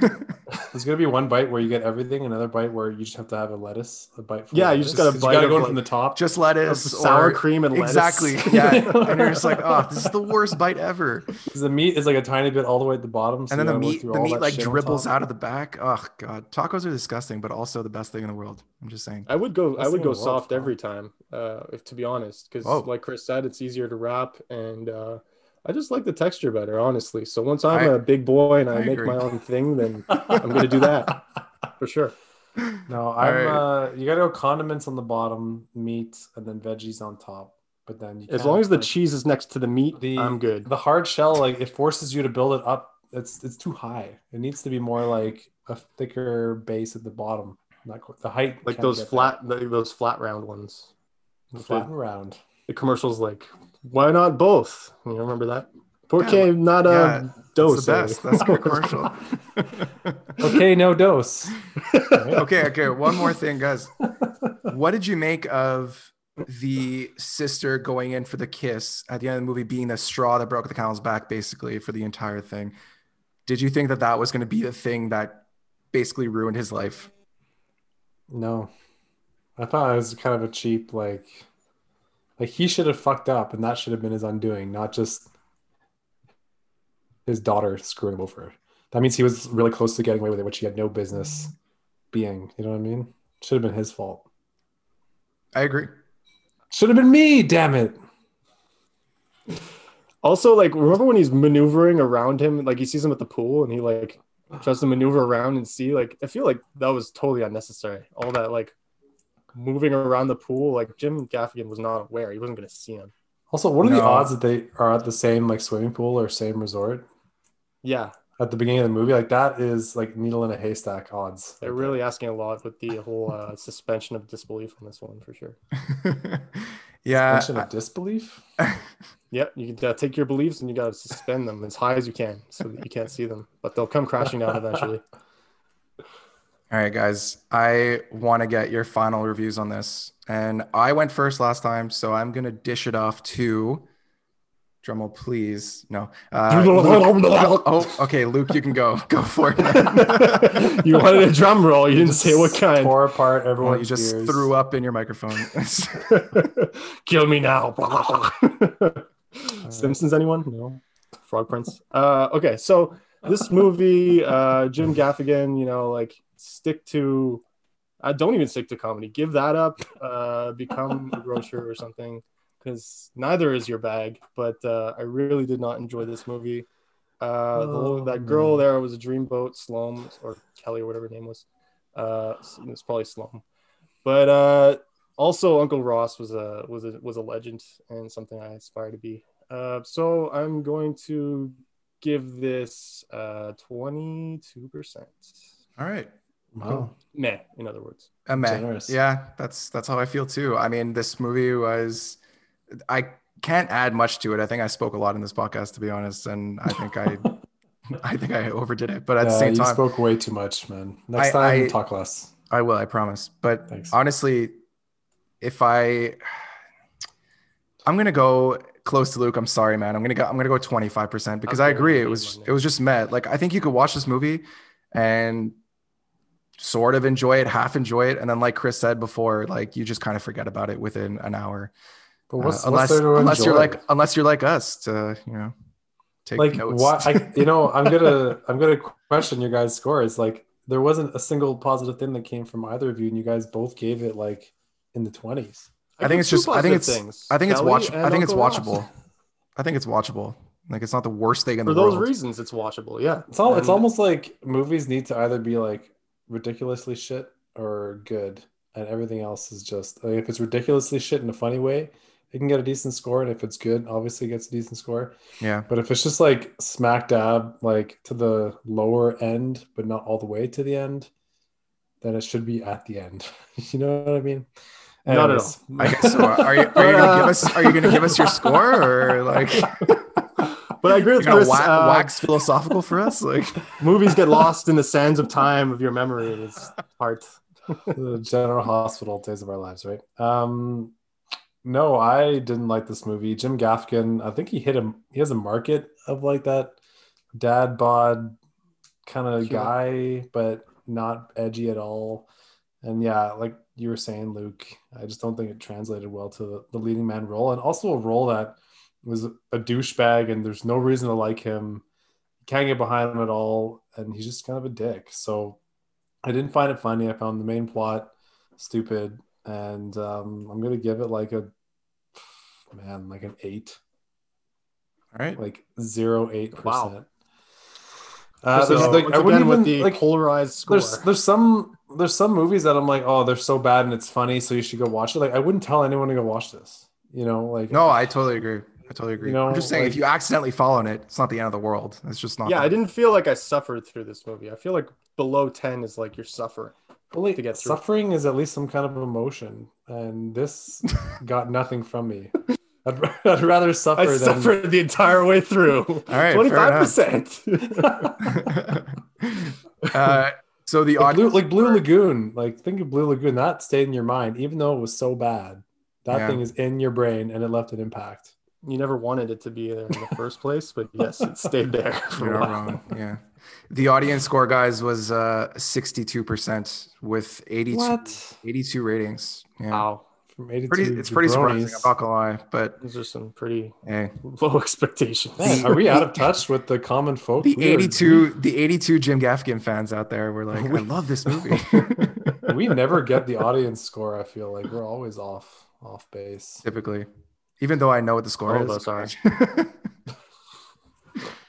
Speaker 7: there's gonna be one bite where you get everything, another bite where you just have to have a lettuce, a bite. From
Speaker 6: Yeah,
Speaker 7: the
Speaker 6: you just
Speaker 7: lettuce.
Speaker 6: got a
Speaker 7: 'Cause
Speaker 6: bite
Speaker 7: You gotta
Speaker 6: of,
Speaker 7: go in
Speaker 6: like,
Speaker 7: from the top.
Speaker 5: Just lettuce,
Speaker 6: Of sour
Speaker 5: or-
Speaker 6: cream and lettuce.
Speaker 5: Exactly. Yeah. and you're just like, oh, this is the worst bite ever.
Speaker 7: 'Cause the meat is like a tiny bit all the way at the bottom. so
Speaker 5: And then the
Speaker 7: you gotta work
Speaker 5: meat,
Speaker 7: through
Speaker 5: the
Speaker 7: all
Speaker 5: meat
Speaker 7: that
Speaker 5: like
Speaker 7: shit on
Speaker 5: dribbles
Speaker 7: top.
Speaker 5: out of the back. Oh god, tacos are disgusting, but also the best thing in the world. I'm just saying.
Speaker 6: I would go. I
Speaker 5: Best thing
Speaker 6: would
Speaker 5: in
Speaker 6: go
Speaker 5: the world,
Speaker 6: soft every time, uh, if to be honest, because
Speaker 5: Whoa.
Speaker 6: like Chris said, it's easier to wrap, and uh, I just like the texture better, honestly. So once
Speaker 5: I-
Speaker 6: I'm a big boy and
Speaker 5: I
Speaker 6: I, make
Speaker 5: agree.
Speaker 6: my own thing, then I'm gonna do that for sure.
Speaker 7: No, I'm.
Speaker 6: right.
Speaker 7: Uh, you gotta go condiments on the bottom, meat, and then veggies on top. But then you
Speaker 6: As
Speaker 7: can't,
Speaker 6: long as the
Speaker 7: like-
Speaker 6: cheese is next to the meat,
Speaker 7: the
Speaker 6: I'm good.
Speaker 7: The hard shell, like it forces you to build it up. It's it's too high. It needs to be more like a thicker base at the bottom. Not qu- the height.
Speaker 6: Like
Speaker 7: can't
Speaker 6: those
Speaker 7: get
Speaker 6: flat, like those flat round ones.
Speaker 7: there. flat and round.
Speaker 6: The commercials like, why not both? You remember that? Porque
Speaker 7: Yeah,
Speaker 6: not
Speaker 7: yeah,
Speaker 6: a
Speaker 7: that's
Speaker 6: dose.
Speaker 7: the
Speaker 6: eh?
Speaker 7: best. That's a good commercial.
Speaker 5: Okay,
Speaker 7: no dose.
Speaker 5: okay, okay. One more thing, guys. What did you make of the sister going in for the kiss at the end of the movie being the straw that broke the camel's back, basically, for the entire thing? Did you think that that was going to be the thing that basically ruined his life?
Speaker 7: No, I thought it was kind of a cheap like, like he should have fucked up, and that should have been his undoing, not just his daughter screwing him over. That means he was really close to getting away with it, which he had no business being. You know what I mean? Should have been his fault.
Speaker 5: I agree.
Speaker 7: Should have been me. Damn it.
Speaker 6: Also, like, remember when he's maneuvering around him? Like, he sees him at the pool, and he like tries to maneuver around and see. Like, I feel like that was totally unnecessary. All that like moving around the pool. Like, Jim Gaffigan was not aware. He wasn't gonna see him.
Speaker 7: Also, what are the
Speaker 6: No.
Speaker 7: odds that they are at the same like swimming pool or same resort
Speaker 6: Yeah,
Speaker 7: at the beginning of the movie? Like that is like needle in a haystack odds.
Speaker 6: they're really asking a lot with the whole uh, suspension of disbelief on this one for sure.
Speaker 5: Yeah,
Speaker 6: Suspension of
Speaker 7: disbelief.
Speaker 6: Yep, you gotta take your beliefs and you gotta suspend them as high as you can so that you can't see them, but they'll come crashing down eventually.
Speaker 5: All right, guys. I want to get your final reviews on this. And I went first last time, so I'm going to dish it off to Dremel, please. No. Uh, Luke- oh, okay. Luke, you can go. Go for it. man.
Speaker 6: You wanted a drum roll. You didn't say what kind.
Speaker 7: Tore apart
Speaker 5: Well,
Speaker 7: everyone.
Speaker 5: you just threw up in your microphone.
Speaker 6: Kill me now. Simpsons, anyone? No. Frog Prince. Uh, okay, so this movie, uh, Jim Gaffigan, you know, like stick to, uh, don't even stick to comedy. Give that up. Uh, become a grocer or something, because neither is your bag. But uh, I really did not enjoy this movie. Uh, the little- that girl there was a dreamboat, Sloan or Kelly or whatever her name was. Uh, it's probably Sloan but uh, also Uncle Ross was a was a was a legend and something I aspire to be. Uh, so I'm going to give this twenty two percent.
Speaker 5: All right.
Speaker 7: Wow.
Speaker 6: Meh, in other words.
Speaker 5: a meh.
Speaker 7: Generous.
Speaker 5: Yeah, that's that's how I feel too. I mean, this movie was I can't add much to it. I think I spoke a lot in this podcast to be honest, and I think I I think I overdid it. But at the
Speaker 7: Yeah,
Speaker 5: same
Speaker 7: you
Speaker 5: time,
Speaker 7: spoke way too much, man. Next
Speaker 5: I-
Speaker 7: time,
Speaker 5: I-
Speaker 7: talk less.
Speaker 5: I will, I promise. But honestly, if I I'm gonna go close to Luke. I'm sorry, man. I'm gonna go I'm gonna go 25% because I agree. It was it was just met. Like I think you could watch this movie and sort of enjoy it, half enjoy it, and then like Chris said before, like you just kind of forget about it within an hour.
Speaker 7: But
Speaker 5: Uh,
Speaker 7: what's- what's
Speaker 5: unless
Speaker 7: there to
Speaker 5: unless you're
Speaker 7: enjoy?
Speaker 5: like unless you're like us to you know take
Speaker 7: like
Speaker 5: notes.
Speaker 7: why I, you know i'm gonna i'm gonna question your guys scores like there wasn't a single positive thing that came from either of you and you guys both gave it like in the 20s
Speaker 5: I think it's just. I think it's. I think it's watch. I think it's watchable. I think it's watchable. Like it's not the worst thing in
Speaker 6: For
Speaker 5: the
Speaker 6: those
Speaker 5: world.
Speaker 6: reasons, it's watchable. Yeah,
Speaker 7: it's all it's
Speaker 6: And
Speaker 7: almost like movies need to either be like ridiculously shit or good and everything else is just like if it's ridiculously shit in a funny way it can get a decent score and if it's good obviously it gets a decent score
Speaker 5: yeah.
Speaker 7: But if it's just like smack dab, like to the lower end, but not all the way to the end, then it should be at the end. you know what I mean?
Speaker 6: Not at
Speaker 7: Anyways.
Speaker 6: all.
Speaker 5: I guess so. uh, Are you, are you gonna give us? Are you gonna give us your score or like?
Speaker 6: But I agree with
Speaker 5: you're gonna
Speaker 6: Chris,
Speaker 5: wa-
Speaker 6: uh,
Speaker 5: wax philosophical for us, like.
Speaker 6: movies get lost in the sands of time of your memory. and It's hard.
Speaker 7: the General Hospital Days of Our Lives, right? Um, no, I didn't like this movie. Jim Gaffigan, I think he hit him. He has a market of like that dad bod kind of
Speaker 6: Sure.
Speaker 7: guy, but not edgy at all. And yeah, like you were saying, Luke, I just don't think it translated well to the, the leading man role, and also a role that was a douchebag, and there's no reason to like him. Can't get behind him at all, and he's just kind of a dick. So I didn't find it funny. I found the main plot stupid, and um, I'm gonna give it like a man, like an eight.
Speaker 5: All right,
Speaker 7: like zero eight percent. Uh,
Speaker 6: Wow. So, once again, with the polarized score.
Speaker 7: There's there's some there's some movies that I'm like, oh, they're so bad and it's funny, so you should go watch it. Like I wouldn't tell anyone to go watch this. You know, like
Speaker 5: No, I totally agree. I totally agree.
Speaker 7: You know,
Speaker 5: I'm just saying, if
Speaker 7: like-
Speaker 5: you accidentally fall on it, it's not the end of the world. It's just not.
Speaker 6: yeah,
Speaker 5: that-
Speaker 6: I didn't feel like I suffered through this movie. I feel like below ten is like you're suffering. to get through.
Speaker 7: suffering is at least some kind of emotion, and this got nothing from me. I'd, I'd rather suffer
Speaker 6: I
Speaker 7: than
Speaker 6: suffered the entire way through. All
Speaker 5: right, fair
Speaker 6: twenty-five percent.
Speaker 5: Uh, so the
Speaker 7: like blue, like Blue Lagoon, like think of Blue Lagoon, that stayed in your mind, even though it was so bad. That
Speaker 6: Yeah.
Speaker 7: thing is in your brain, and it left an impact.
Speaker 6: You never wanted it to be there in the first place, but yes, it stayed there. For
Speaker 5: You're
Speaker 6: a
Speaker 5: not
Speaker 6: while.
Speaker 5: wrong. Yeah. The audience score, guys, was uh 62% with 82,
Speaker 6: What?
Speaker 5: 82 ratings. Yeah.
Speaker 6: Wow.
Speaker 7: From 82
Speaker 5: pretty, it's pretty surprising. I'm
Speaker 7: jabronis.
Speaker 5: not gonna lie, but
Speaker 6: those are some pretty
Speaker 5: hey.
Speaker 6: low expectations.
Speaker 7: Man, are we out of touch with the common folk?
Speaker 5: The
Speaker 7: We are-
Speaker 5: 82, the 82 Jim Gaffigan fans out there were like, I love this movie.
Speaker 7: we never get the audience score. I feel like we're always off off base.
Speaker 5: Typically, even though I know what the score
Speaker 6: All
Speaker 5: is.
Speaker 6: of us are.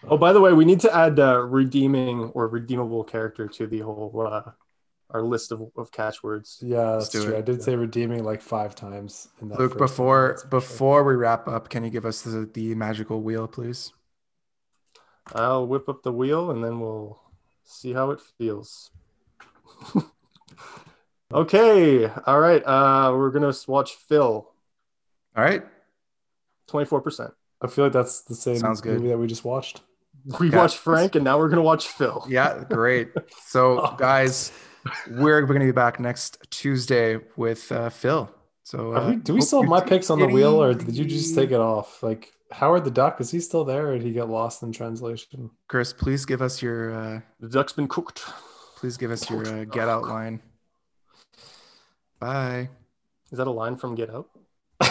Speaker 6: oh, by the way, we need to add uh, redeeming or redeemable character to the whole uh, our list of, of catchwords.
Speaker 7: Yeah,
Speaker 5: Let's do
Speaker 7: that's true.
Speaker 5: it.
Speaker 7: I did say redeeming like five times in that.
Speaker 5: Luke,
Speaker 7: first
Speaker 5: before before we wrap up, can you give us the, the magical wheel, please?
Speaker 6: I'll whip up the wheel and then we'll see how it feels. okay. All right. Uh, we're going to watch Phil.
Speaker 5: All right.
Speaker 6: 24%.
Speaker 7: I feel like that's the same
Speaker 5: Sounds good.
Speaker 7: movie that we just watched.
Speaker 6: We
Speaker 5: Yeah.
Speaker 6: watched Frank and now we're going to watch Phil.
Speaker 5: Yeah, great.
Speaker 7: Oh.
Speaker 5: So, guys, we're going to be back next Tuesday with uh, Phil. So,
Speaker 7: Are
Speaker 5: uh,
Speaker 7: we, do we
Speaker 5: hope
Speaker 7: still have
Speaker 5: you
Speaker 7: my
Speaker 5: take
Speaker 7: picks on the
Speaker 5: it
Speaker 7: wheel, or
Speaker 5: easy.
Speaker 7: did you just take it off? Like Howard the Duck, is he still there, or did he get lost in translation?
Speaker 5: Chris, please give us your. Uh,
Speaker 6: the duck's been cooked.
Speaker 5: Please give us your uh, get out line. Bye.
Speaker 6: Is that a line from Get Out?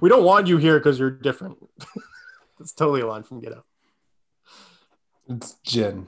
Speaker 6: we don't want you here because you're different. It's totally a line from Get Out.
Speaker 7: It's Jin.